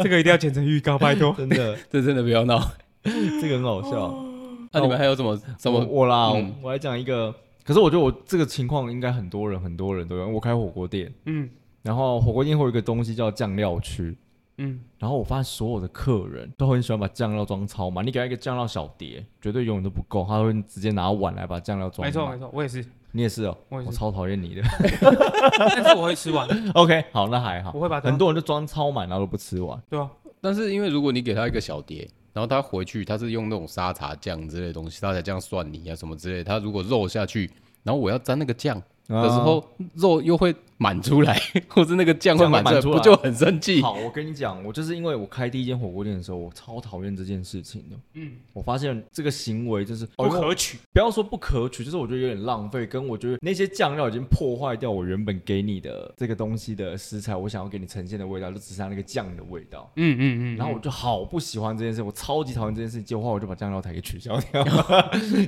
这个一定要剪成预告，拜托。真的，这真的不要闹。哦这个很好笑。哦那、你们还有什么什我么我啦，嗯我来讲一个，可是我觉得我这个情况应该很多人很多人都有。我开火锅店， 嗯然后火锅店会有一个东西叫酱料区，嗯，然后我发现所有的客人都很喜欢把酱料装超满，你给他一个酱料小碟，绝对永远都不够，他会直接拿碗来把酱料装没满。错没错，我也是，你也是哦，我也是超讨厌你的。 但是我会 吃完， OK，好，那还好我，会把它很多人就装超满，然后都不吃完。对啊，但是因为如果你给他一个小碟，然后他回去他是用那种沙茶酱之类的东西，沙茶酱蒜泥啊什么之类的，他如果肉下去，然后我要沾那个酱啊的时候，肉又会满出来，或是那个酱会满出来，酱会满出来不就很生气？好，我跟你讲，我就是因为我开第一间火锅店的时候，我超讨厌这件事情的。嗯，我发现这个行为就是不可取。不要说不可取，就是我觉得有点浪费，跟我觉得那些酱料已经破坏掉我原本给你的这个东西的食材，我想要给你呈现的味道，就只剩下那个酱的味道。嗯嗯嗯，然后我就好不喜欢这件事，我超级讨厌这件事，结果后来我就把酱料台给取消 掉。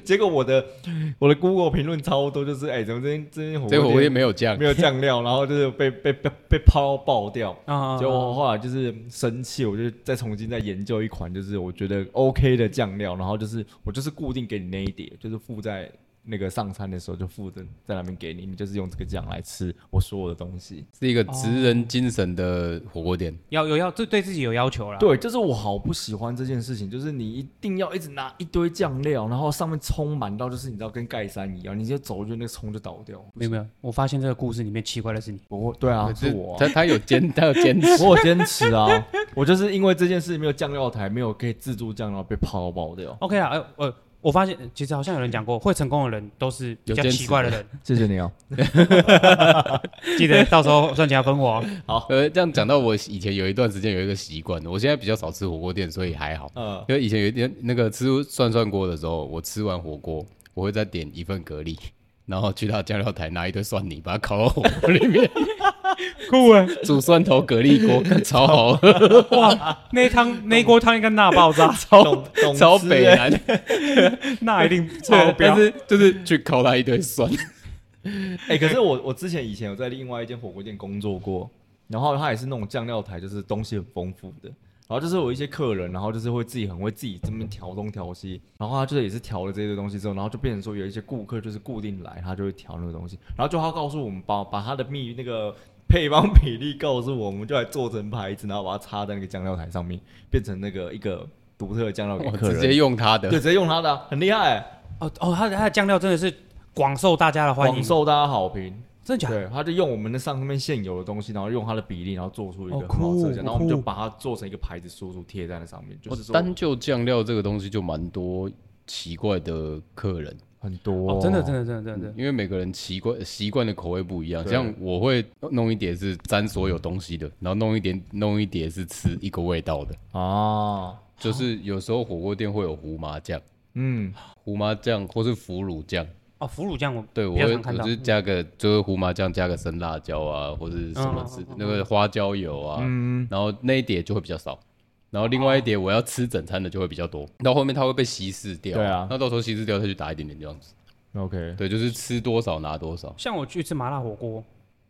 结果我的我的 Google 评论超多，就是哎、怎么这间这间火结果我锅也店没有酱没有酱料，然后就是被被被被抛爆掉。啊，结果我后来就是生气，我就再重新再研究一款，就是我觉得 OK 的酱料，然后就是我就是固定给你那一碟，就是附在那个上餐的时候就附着在那边给你，你就是用这个酱来吃我所有的东西。是一个职哦人精神的火锅店。要有要对对自己有要求啦。对，就是我好不喜欢这件事情，就是你一定要一直拿一堆酱料，然后上面充满到就是你知道跟盖山一样，你就走就那个葱就倒掉。没有没有，我发现这个故事里面奇怪的是你，我会对啊，可是是我啊、他他有坚他有坚持，我有坚持啊，我就是因为这件事没有酱料台，没有可以自助酱料被抛爆掉。 OK 啊，呃呃，我发现其实好像有人讲过，会成功的人都是比有较坚持奇怪的人，谢谢你哦。记得到时候赚钱要分我哦。呃，这样讲到我以前有一段时间有一个习惯，我现在比较少吃火锅店，所以还好。呃，因为以前有一天那个吃涮涮锅的时候，我吃完火锅，我会再点一份蛤蜊，然后去他的酱料台拿一堆蒜泥，把它烤到火锅里面， 酷哎，煮蒜头蛤蜊锅，看超好喝，哇，那一汤那一锅汤应该钠爆 炸，超 懂懂超吃北欸南，钠一定超对但标。是就是去烤他一堆蒜，哎、可是我我之前以前有在另外一间火锅店工作过，然后它也是那种酱料台，就是东西很丰富的。然后就是有一些客人，然后就是会自己很会自己这么调东调西，然后他就是也是调了这些东西之后，然后就变成说有一些顾客就是固定来，他就会调那个东西，然后就他告诉我们把把他的秘那个配方比例告诉我们，我们就来做成牌子，然后把它插在那个酱料台上面，变成那个一个独特的酱料给我客人，哦直接用他对的。直接用它的啊、很厉害、哦哦，它的它的酱料真的是广受大家的欢广迎，受大家好评。真的假的？对，他就用我们的上面现有的东西，然后用它的比例，然后做出一哦个很好吃的酷酱，然后我们酷就把它做成一个牌子输出哦贴在那上面，就我是说，单就酱料这个东西就蛮多奇怪的客人，很多、哦，真的真的真的真的真的，因为每个人习惯习惯的口味不一样，像我会弄一碟是沾所有东西的，然后弄一点弄一碟是吃一个味道的，哦啊，就是有时候火锅店会有胡麻酱、嗯，胡麻酱或是腐乳酱，哦，腐乳酱我对我比较会常看我到就是加个就是胡麻酱加个生辣椒啊，或者是什么嗯之、嗯嗯嗯那个花椒油啊，嗯然后那一碟就会比较少。然后另外一碟我要吃整餐的就会比较多，到后面它会被稀释掉。对啊那到时候稀释掉它就打一点点这样子。 OK，对，就是吃多少拿多少。像我去吃麻辣火锅，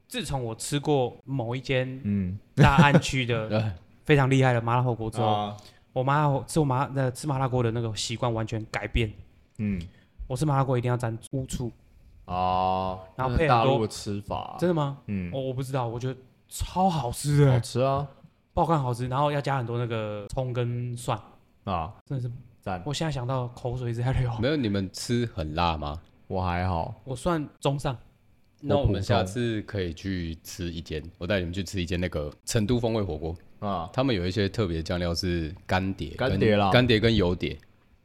自从我吃过某一间嗯，大安区的 对，哦非常厉害的麻辣火锅之后，啊，我麻辣火吃我麻那吃麻辣锅的那个习惯完全改变。嗯，我吃麻辣锅一定要沾乌醋，啊，然后配那很大陆多的吃啊法，真的吗？嗯，我、我不知道，我觉得超好吃好嗯的，吃啊，爆干好吃，然后要加很多那个葱跟蒜，啊，真的是，赞，我现在想到口水一直在流。没有你们吃很辣吗？我还好，我算中上，那我普们下通次可以去吃一间，我带你们去吃一间那个成都风味火锅，啊，他们有一些特别的酱料是干碟跟、干碟啦干碟跟油碟，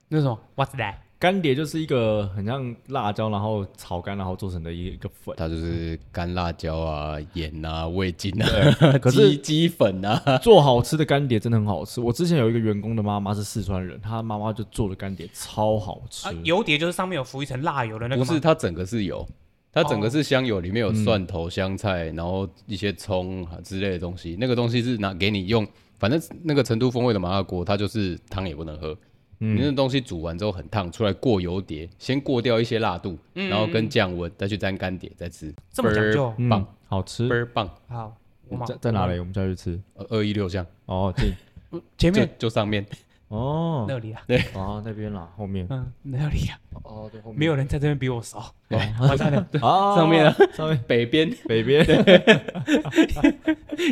那是什么 What's that？干碟就是一个很像辣椒，然后炒干，然后做成的一个一个粉。它就是干辣椒啊、盐啊、味精啊、可是 鸡鸡粉啊，做好吃的干碟真的很好吃。我之前有一个员工的妈妈是四川人，她妈妈就做的干碟超好吃。啊，油碟就是上面有浮一层辣油的那个不吗是，它整个是油，它整个哦是香油，里面有蒜头、香菜，然后一些葱啊之类的东西，那个东西是拿给你用。反正那个成都风味的麻辣锅，它就是汤也不能喝，嗯你那东西煮完之后很烫，出来过油碟，先过掉一些辣度，然后跟降温，再去沾干碟，再吃，嗯这么讲究倍儿棒，嗯，好吃倍。儿棒。好，我马在在哪里？我们下去吃。二一六巷哦， 前近就面就上面，哦，那里啊，哦那边啦，后面嗯，那里啊，哦，对，后面没有人在这边比 我熟，完蛋了，啊，上面啊上面北边，北边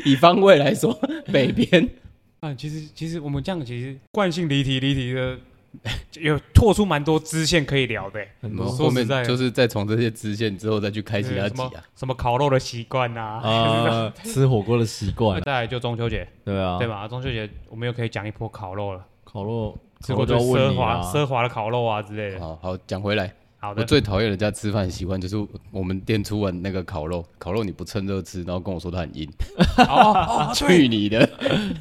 以方位来 说，北边。 啊，其实其实我们这样其实惯性离题离题的， 有拓出蛮多支线可以聊的欸，很我多们说后面实在的就是再从这些支线之后再去开其他什集么啊。什么烤肉的习惯啊，啊，吃火锅的习哦惯，再来就中秋节，对 啊，对？吧？中秋节我们又可以讲一波烤肉哦了，烤肉，吃烤过肉就最要问奢你华啊，奢华的烤肉啊之类的。好好讲回来，好哦我的，最讨厌人家吃饭的习惯就是我们店出完那个烤肉，烤肉你不趁热吃，然后跟我说它很硬， 啊哦哦，去你的！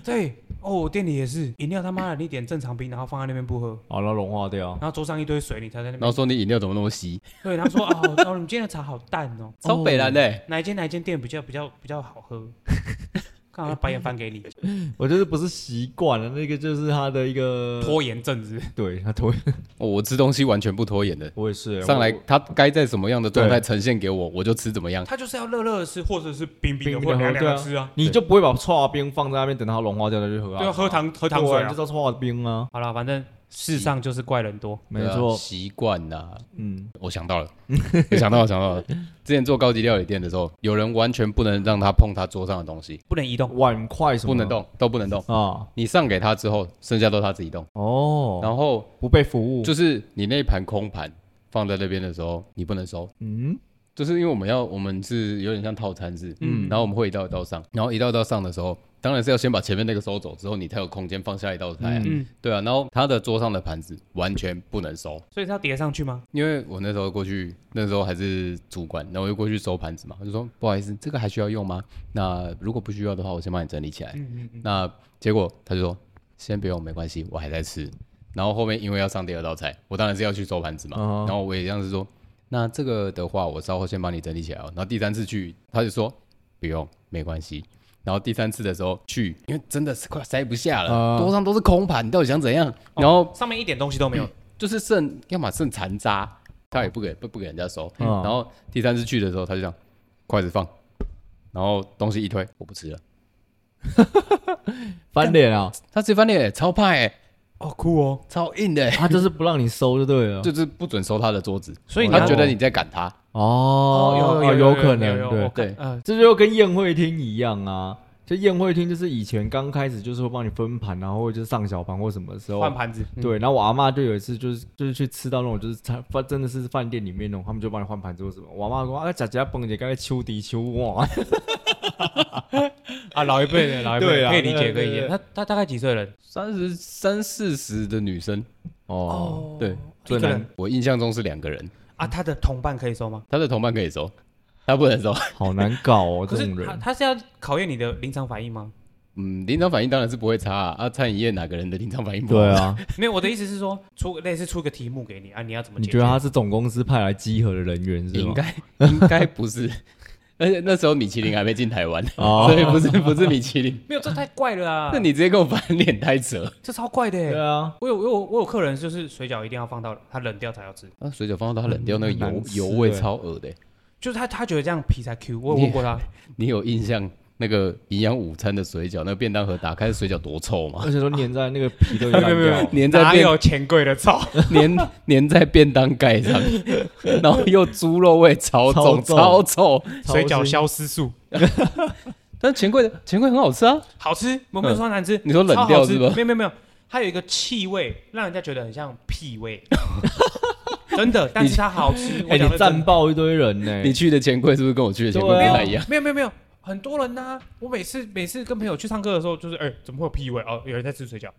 对哦，我店里也是，饮料他妈的你点正常冰，然后放在那边不喝，好了，融化掉然，后桌上一堆水，你才在那然边后。说你饮料怎么那么稀，对，他说哦，哦，你们今天的茶好淡哦，超北蓝的、哪一间哪一间店比较比较比较好 喝？刚好把眼翻给你，我觉得不是习惯了，那个就是他的一个，拖延症是不是对他拖，哦我吃东西完全不拖延的， 我也是欸上来我他该在什么样的状态呈现给我，我就吃怎么样。他就是要热热的吃，或者是冰冰的，冰冰或的者喝凉对凉啊的吃啊。你就不会把刨冰放在那边等它融化掉再去喝啊？对啊，喝糖喝喝糖水你啊就。叫刨冰啊，好了，反正世上就是怪人多。没对啊错，习惯呐、嗯，我想 到了，我想到了，想到了。之前做高级料理店的时候，有人完全不能让他碰他桌上的东西，不能移动，碗筷什么不能动，都不能动。啊，你上给他之后，剩下都他自己动。哦，然后不被服务，就是你那盘空盘放在那边的时候，你不能收，嗯，就是因为我们要我们是有点像套餐制，嗯，然后我们会一道一道上，然后一道一道上的时候，当然是要先把前面那个收走之后，你才有空间放下一道菜、啊，嗯，对啊。然后他的桌上的盘子完全不能收，所以他叠上去吗？因为我那时候过去，那时候还是主管，然后我就过去收盘子嘛，我就说不好意思，这个还需要用吗？那如果不需要的话，我先帮你整理起来。那结果他就说先不用，没关系，我还在吃。然后后面因为要上第二道菜，我当然是要去收盘子嘛。嗯然后我也这样子说，那这个的话，我稍后先帮你整理起来、哦。然后第三次去，他就说不用，没关系。然后第三次的时候去，因为真的是快塞不下了，啊桌上都是空盘，你到底想怎样？然后上面一点东西都嗯没有，就是剩，要么剩残渣，他也不给不不给人家收。嗯然后第三次去的时候，他就这样筷子放，然后东西一推，我不吃了。翻脸啊，他直接翻脸，超派、欸，哦，酷哦。超硬的、欸，他就是不让你收就对了，就是不准收他的桌子，所以你他要觉得嗯你在赶他。哦，有有可有能，有对我，看对呃，这就跟宴会厅一样啊。就宴会厅，就是以前刚开始就是会帮你分盘，然后就是上小盘或什么时候换盘子，对，然后我阿妈就有一次就是就是去吃到那种就是餐饭真的是饭店里面那种，他们就帮你换盘子或什么。我阿妈说啊，姐姐蹦姐刚才秋迪秋哇， 啊，老一辈的老一辈对的啊可以理解，对对可以理解。对他他大概几岁人？三十三四十的女生，哦，对，一个人我印象中是两个人，啊，他的同伴可以收吗？他的同伴可以收，他不能收。好难搞 哦，可这是种他人。他是要考验你的临场反应吗？嗯，临场反应当然是不会差啊。啊，餐饮业哪个人的临场反应不好？对，啊， 没有，我的意思是说，出类似出个题目给你啊，你要怎么你解决？觉得他是总公司派来稽核的人员是应吗？该 应该不是。而且那时候米其林还没进台湾，哦 所以不是不是米其林。没有，这太怪了啊！那你直接跟我翻脸太扯了。这超怪的对欸。啊，我有我有我有客人就是水饺一定要放到它冷掉才要吃，啊，水饺放到它冷掉，那个嗯很难油吃油欸味超恶的欸。就是他他觉得这样皮才 Q。我有问过他，你有印象那个营养午餐的水饺，那个便当盒打开的水饺多臭吗？而且都啊粘在那个皮都 有没有没有没有 烂掉。粘在哪便有钱贵的操？ 粘粘在便当盖上， 然后又猪肉味超重超超臭。超水饺新消失术但是钱柜的钱柜很好吃啊，好吃，我没有说难吃，你说嗯冷超掉好吃是吧没有没有没有，它有一个气味，让人家觉得很像屁味，真的。但是它好吃，我哎，讲你的真赞的爆一堆人呢。你去的钱柜是不是跟我去的钱柜不对啊太一样？没有没有没有，很多人呐、我每次每次跟朋友去唱歌的时候，就是哎、怎么会有屁味？哦，有人在吃水饺，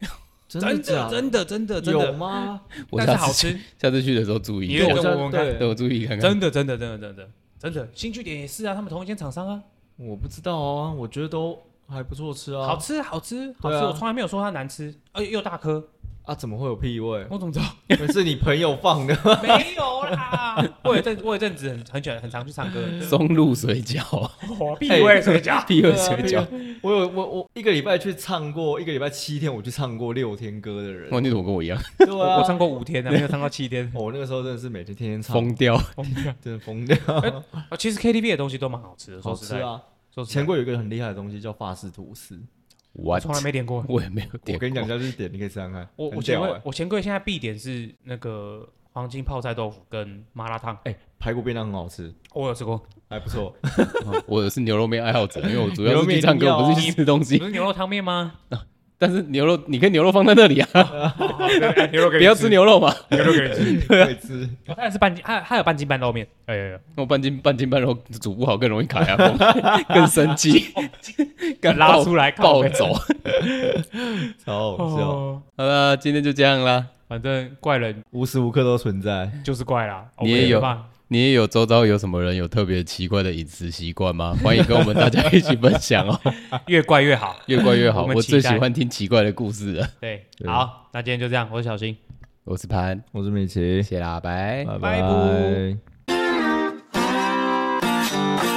真的假真的真的真有的，吗？我啊但是下好次去吃，下次去的时候注意你一认下为我，跟我真问看对对我注意看看。真的真的真的真的真的，新据点也是啊，他们同一间厂商啊，我不知道啊，我觉得都还不错吃啊。好吃好吃好吃，对啊我从来没有说它难吃，而且又大 颗，啊，怎么会有屁味？我怎么知道？是你朋友放的。 没有啦，我有一阵我有一阵子很很喜欢很常去唱歌， 啊松露水饺，我屁味水 饺，地味水饺，啊我有我我一个礼拜去唱过，一个礼拜七天，我去唱过六天歌的人。哇，你怎么跟我一样对我啊，。我唱过五天呢，没有唱到七天 我那个时候真的是每天天天唱，疯掉？真的疯掉。啊其实 KTV 的东西都蛮好吃的，好说实吃在，啊！说实在钱柜有一个很厉害的东西叫法式吐司，我我从来没点过。我也没有点。我跟你讲，，下次点你可以试看看。我我很钱屌柜欸我钱柜现在必点是那个黄金泡菜豆腐跟麻辣烫，哎，排骨便当很好吃，我有吃过。还不 错。我是牛肉面爱好者，因为我主牛要肉是面去唱一定歌，要啊我不是去吃东你西不。是牛肉汤面吗？但是牛肉，你可以牛肉放在那里啊， 好好对哎牛肉 给不你要吃，牛肉嘛。牛肉给你吃。 可以吃。哦它也是半斤，它它有半斤半肉面。哎呀呀，那我半斤半斤半肉煮不好，更容易卡牙 缝，更生气，更拉爆出来靠暴背走。超好笑，哦，好了，今天就这样啦。反正怪人无时无刻都存在。就是怪啦。你也我没有办法你也有周遭有什么人有特别奇怪的饮食习惯吗？欢迎跟我们大家一起分享 哦，越怪越好。越怪越好。我们我最期待喜欢听奇怪的故事了。对，对好，那今天就这样，我是小新。我是潘，我是美琪谢，啦，拜拜拜拜。